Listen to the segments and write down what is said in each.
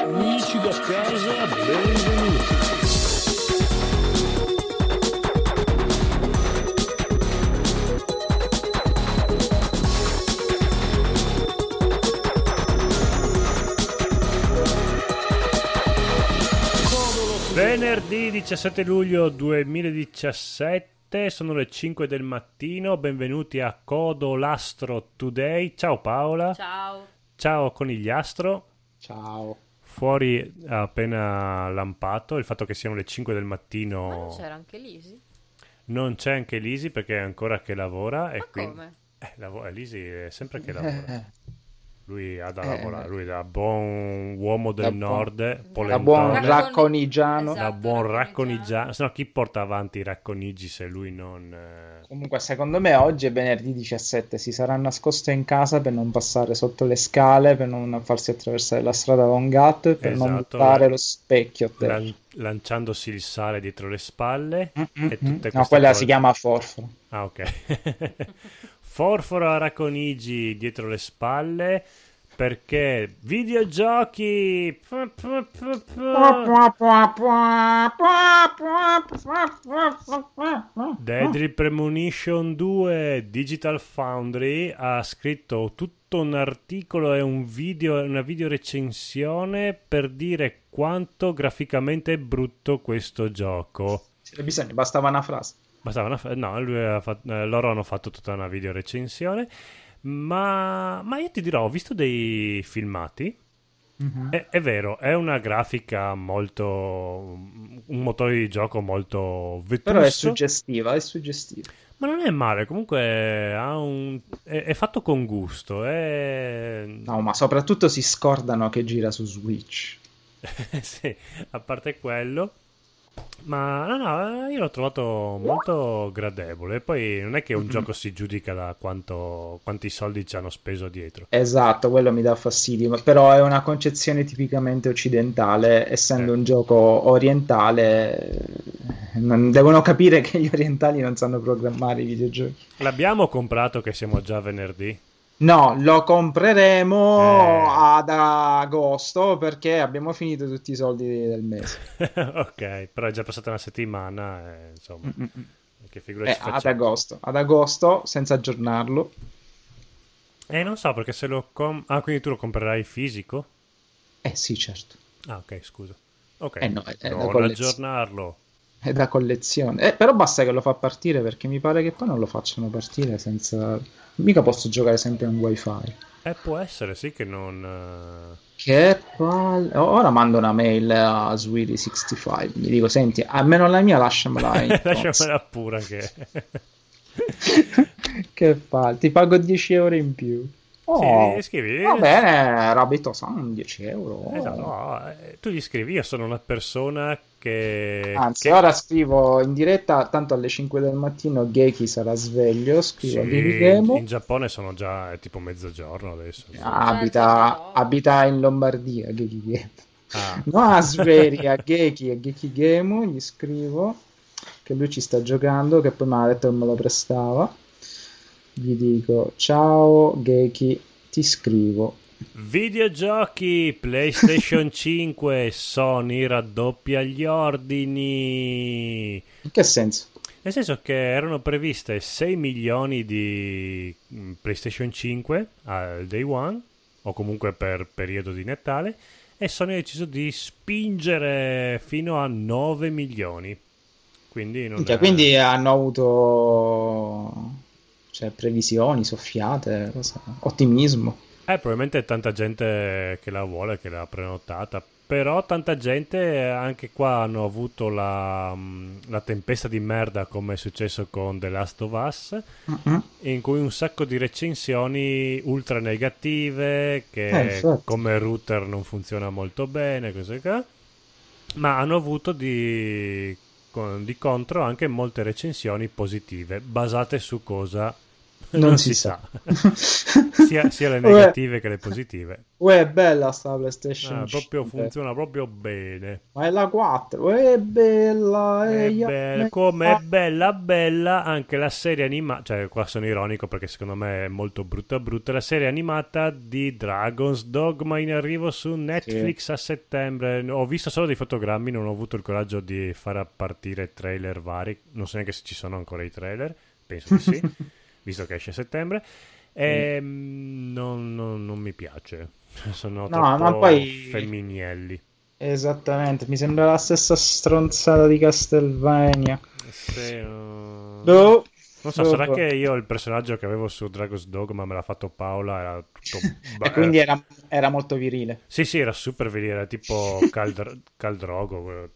Amici da casa, benvenuti. Venerdì 17 luglio 2017, sono le 5 del mattino, benvenuti a Codolastro Today. Ciao Paola, Ciao. ciao Conigliastro. Ciao. Fuori ha appena lampato il fatto che siano le 5 del mattino. Ma non c'era anche Lisi? non c'è anche Lisi perché è ancora che lavora. e Ma quindi- come? Eh, lavo- eh, Lisi è sempre che lavora. Eh, Lui ha da Eh. lavorare, lui da buon uomo del Da buon- nord, eh, Da polentano, buon Raccon- racconigiano. Esatto. da buon racconigiano. racconigiano. Se no chi porta avanti i racconigi se lui non... eh, Comunque, secondo me oggi è venerdì 17. Si sarà nascosto in casa per non passare sotto le scale, per non farsi attraversare la strada da un gatto e per non Esatto, buttare eh. lo specchio a terra. lan- lanciandosi il sale dietro le spalle. Mm, mm, e tutte mm. queste No, quella cose. si chiama forfora. Ah, ok. Forforo a Raconigi dietro le spalle perché videogiochi. Pu, pu, pu, pu. The Deadly Premonition 2 Digital Foundry ha scritto tutto un articolo e un video, una video recensione per dire quanto graficamente è brutto questo gioco. C'era bisogno, bastava una frase. Bastava una fa- no, lui ha fatto- eh, loro hanno fatto tutta una video recensione. Ma, ma io ti dirò, ho visto dei filmati. Mm-hmm. È, è vero, è una grafica molto. un motore di gioco molto vetusto. Però è suggestiva, è suggestiva. Ma non è male, comunque ha un- è, è fatto con gusto. È... No, ma soprattutto si scordano che gira su Switch. sì, a parte quello. Ma no, no, io l'ho trovato molto gradevole. Poi non è che un Mhm. gioco si giudica da quanto, quanti soldi ci hanno speso dietro. Esatto, quello mi dà fastidio, ma- però è una concezione tipicamente occidentale, essendo Eh. un gioco orientale, eh, non- devono capire che gli orientali non sanno programmare i videogiochi. L'abbiamo comprato che siamo già venerdì. No, lo compreremo Eh. ad agosto perché abbiamo finito tutti i soldi del mese. ok, però è già passata una settimana, eh, insomma. Che figura Eh, ci ad facciamo? agosto, ad agosto, senza aggiornarlo. Eh, non so perché se lo com- Ah, quindi tu lo comprerai fisico? Eh sì, certo, Ah, ok, scusa. Ok, Eh no, è- è la non collez- aggiornarlo. è da collezione. Eh, però basta che lo fa partire perché mi pare che poi non lo facciano partire senza... Mica posso giocare sempre in wifi. Eh, può essere, sì, che non... eh, Che palle. Ora mando una mail a Swiri65. Mi dico: Senti, almeno la mia lasciamela. in Lasciamela eh, pura che... che palle. Ti pago 10 euro in più. Oh, sì, scrivi... va bene, Rabito San, 10 euro. oh. Esatto, no, eh, tu gli scrivi, io sono una persona che... Anzi, che- ora scrivo in diretta, tanto alle 5 del mattino Geki sarà sveglio, Sì, scrivo a Vivi Demo. in Giappone sono già è tipo mezzogiorno adesso. Ah. Abita, abita in Lombardia, Geki Game. Ah. No, a Sveri, a Geki, a Geki Gemu, gli scrivo che lui ci sta giocando, che poi mi ha detto che me lo prestava. Gli dico, ciao Geki, ti scrivo. Videogiochi PlayStation 5 Sony raddoppia gli ordini. In che senso? Nel senso che erano previste 6 milioni di mm, PlayStation 5 al day one, o comunque per periodo di Natale, e Sony ha deciso di spingere fino a 9 milioni. Quindi non Minchia, è- Quindi hanno avuto cioè, previsioni soffiate, cosa- ottimismo. Eh, probabilmente è tanta gente che la vuole, che l'ha prenotata. Però tanta gente, eh, anche qua, hanno avuto la, mm, la tempesta di merda come è successo con The Last of Us, Mm-mm. in cui un sacco di recensioni ultra negative, Eh, che infatti. come router non funziona molto bene, cose qua. Ma hanno avuto di, con- di contro anche molte recensioni positive, basate su cosa? Non, non si, si, sa. sa. sia, sia, le negative Uè. che le positive. Uè, è bella sta PlayStation. Ah, proprio funziona proprio bene. Ma è la 4. Uè, è bella. eh, È be- come è bella, bella anche la serie animata. Cioè, qua sono ironico perché secondo me è molto brutta, brutta. La serie animata di Dragon's Dogma in arrivo su Netflix sì. a settembre. Ho visto solo dei fotogrammi, non ho avuto il coraggio di far partire trailer vari. Non so neanche se ci sono ancora i trailer. Penso di sì. visto che esce a settembre. E mm. non, non, non, mi piace, sono no, ma poi... femminielli. Esattamente, mi sembra la stessa stronzata di Castelvania. Boh. Se, uh... Do... Non so, Do... sarà Do... che io il personaggio che avevo su Dragon's Dogma me l'ha fatto Paola, era tutto... e quindi era, era, molto virile. Sì, sì, era super virile, era tipo Caldr- Caldrogo,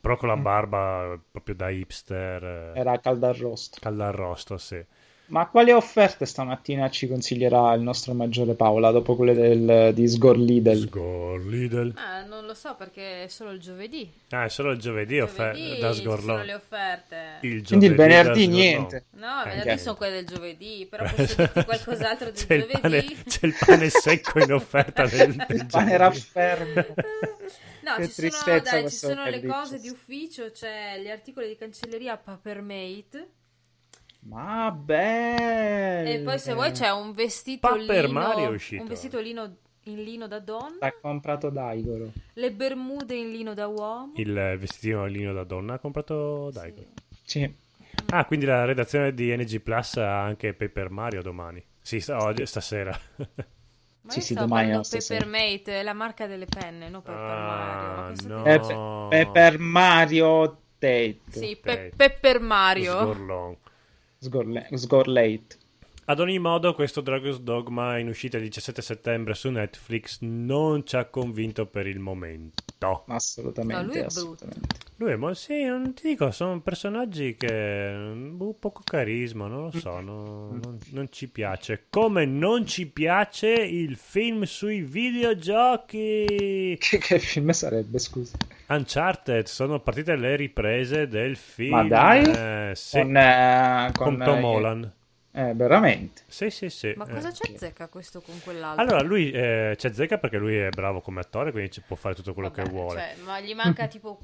però con la barba proprio da hipster. Mm. eh, Era caldarrosto. Caldarrosto, sì. Ma quali offerte stamattina ci consiglierà il nostro maggiore Paola dopo quelle del, di Sgor Lidl? Sgor Lidl? Ah, non lo so perché è solo il giovedì. Ah, è solo il giovedì, offer- giovedì da Sgorlo. sono le offerte. Il Quindi il venerdì niente. No, il venerdì eh, sono quelle del giovedì, però posso dirti qualcos'altro del c'è giovedì. Il pane, c'è il pane secco in offerta del, del Il pane raffermo. No, che ci sono, dai, ci sono le cose di ufficio, c'è cioè gli articoli di cancelleria Papermate. Ma bello! E poi se vuoi c'è un vestitolino Paper Mario è uscito. Un vestitolino in lino da donna. L'ha comprato Daigoro. Le bermude in lino da uomo. Il vestitino in lino da donna ha comprato Daigoro. Sì. sì. Ah, quindi la redazione di NG Plus ha anche Paper Mario domani. Sì, sta, oggi, stasera. Ma sì, sì, domani no, Papermate, la marca delle penne, no Paper ah, Mario. No. Eh, Pepe- Paper Mario Tate. Sì, Pe- Paper Mario. Sgorlon. Sgorle- Sgorlate. Ad ogni modo, questo Dragon's Dogma in uscita il 17 settembre su Netflix non ci ha convinto per il momento. Assolutamente. No, lui è assolutamente. Lui è molto. Sì, non ti dico, sono personaggi che. Boh, poco carisma, non lo so. Mm. No, non, non ci piace. Come non ci piace il film sui videogiochi. Che, che film sarebbe, scusa? Uncharted, sono partite le riprese del film. Ma dai? Eh, sì. con, eh, con, con, Tom eh, Holland. Eh, veramente? Sì, sì, sì. eh. Ma cosa c'è zecca questo con quell'altro? Allora, lui eh, c'è zecca perché lui è bravo come attore, quindi può fare tutto quello Vabbè, che vuole. Cioè, ma gli manca tipo...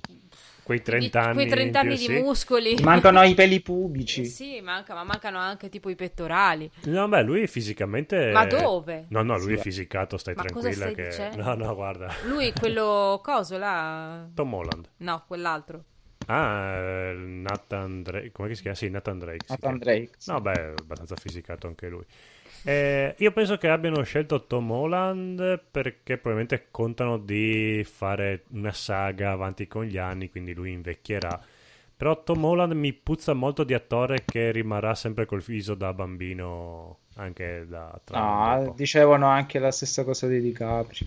Quei 30 di, anni, quei 30 anni più, di sì. muscoli. Gli mancano i peli pubici. Eh sì, manca, ma mancano anche tipo i pettorali. No, beh, lui fisicamente... Ma dove? No, no, lui sì, è fisicato, stai ma tranquilla. Cosa che... Dicendo? No, no, guarda. Lui, quello coso là... Tom Holland. No, quell'altro. Ah, Nathan Drake, come si chiama? Sì, Nathan Drake. Nathan Drake. Sì. No, beh, abbastanza fisicato anche lui. Eh, io penso che abbiano scelto Tom Holland perché probabilmente contano di fare una saga avanti con gli anni, quindi lui invecchierà. Però Tom Holland mi puzza molto di attore che rimarrà sempre col viso da bambino anche da tra No, dicevano anche la stessa cosa di DiCaprio.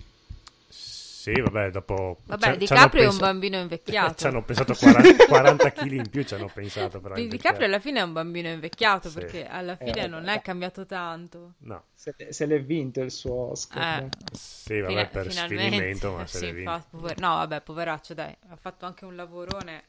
Sì, vabbè, dopo... Vabbè, Di Caprio è un bambino invecchiato. ci hanno pensato 40, 40 kg in più, ci hanno pensato però. Di Caprio alla fine è un bambino invecchiato sì. perché alla fine eh, non è cambiato tanto. No. Se, se l'è vinto il suo Oscar. Ah. Eh. Sì, vabbè, Fina- per sfinimento, ma se sì, l'è vinto. Fa, pover- no, vabbè, poveraccio, dai, ha fatto anche un lavorone...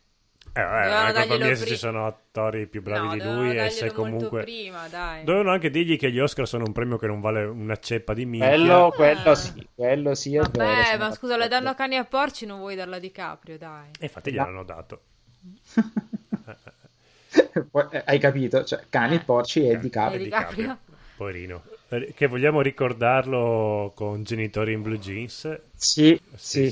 Eh, vabbè, anche per me se ci sono attori più bravi no, di lui e se comunque... Prima, dai. Dovevano anche dirgli che gli Oscar sono un premio che non vale una ceppa di minchia. Quello, quello sì, quello sì è Ah. Vabbè, vero. ma scusa, le danno a cani a porci, non vuoi darla a DiCaprio, dai. E infatti gliel'hanno no. dato. Eh, Hai capito? Cioè, cani, Ah. porci eh, e DiCaprio. E DiCaprio. Poverino. Eh, Che vogliamo ricordarlo con genitori in blue jeans? Eh, Sì, sì, sì,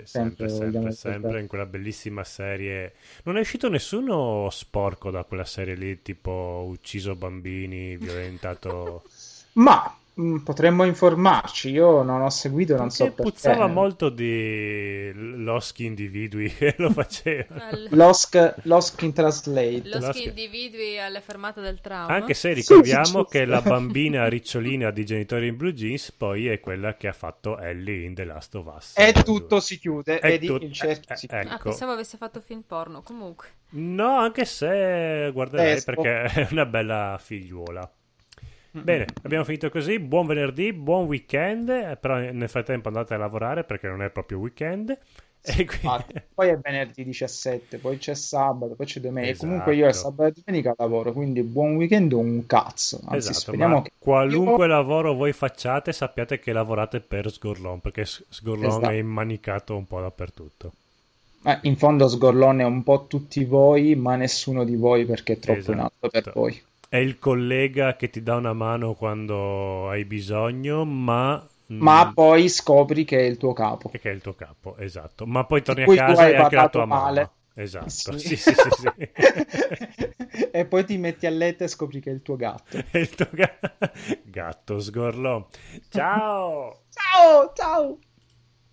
sì sempre, sempre, sempre, sempre, in quella bellissima serie. Non è uscito nessuno sporco da quella serie lì, tipo ucciso bambini, violentato. Ma mh, potremmo informarci, io non ho seguito, non Perché so perché. Puzzava molto di Losk individui e lo Eh, faceva. Al... Losk, Losk in Translate. Losk, Losk individui alla fermata del trauma. Anche se ricordiamo sì, che la bambina ricciolina di genitori in blue jeans poi è quella che ha fatto Ellie in The Last of Us. E tutto due. si chiude, e vedi tut... il cerchio eh, si chiude. Ecco. Ah, pensavo avesse fatto film porno, comunque. No, anche se guarderei Despo. perché è una bella figliuola. Bene, abbiamo finito così. Buon venerdì, buon weekend. eh, Però nel frattempo andate a lavorare perché non è proprio weekend. Sì, quindi... Poi è venerdì 17, poi c'è sabato, poi c'è domenica. Esatto. Comunque io sabato e domenica lavoro, quindi buon weekend o un cazzo. Anzi, esatto, che... Qualunque io... lavoro voi facciate, sappiate che lavorate per Sgorlon, perché Sgorlon esatto. è immanicato un po' dappertutto. Eh, in fondo Sgorlone è un po' tutti voi, ma nessuno di voi perché è troppo esatto. in alto per voi. È il collega che ti dà una mano quando hai bisogno, ma... Ma poi scopri che è il tuo capo. E che è il tuo capo, esatto. Ma poi torni a casa e anche la tua male. Mamma. Esatto, sì. Sì, sì, e poi ti metti a letto e scopri che è il tuo gatto. È il tuo ga- gatto sgorlò. Ciao! ciao, ciao!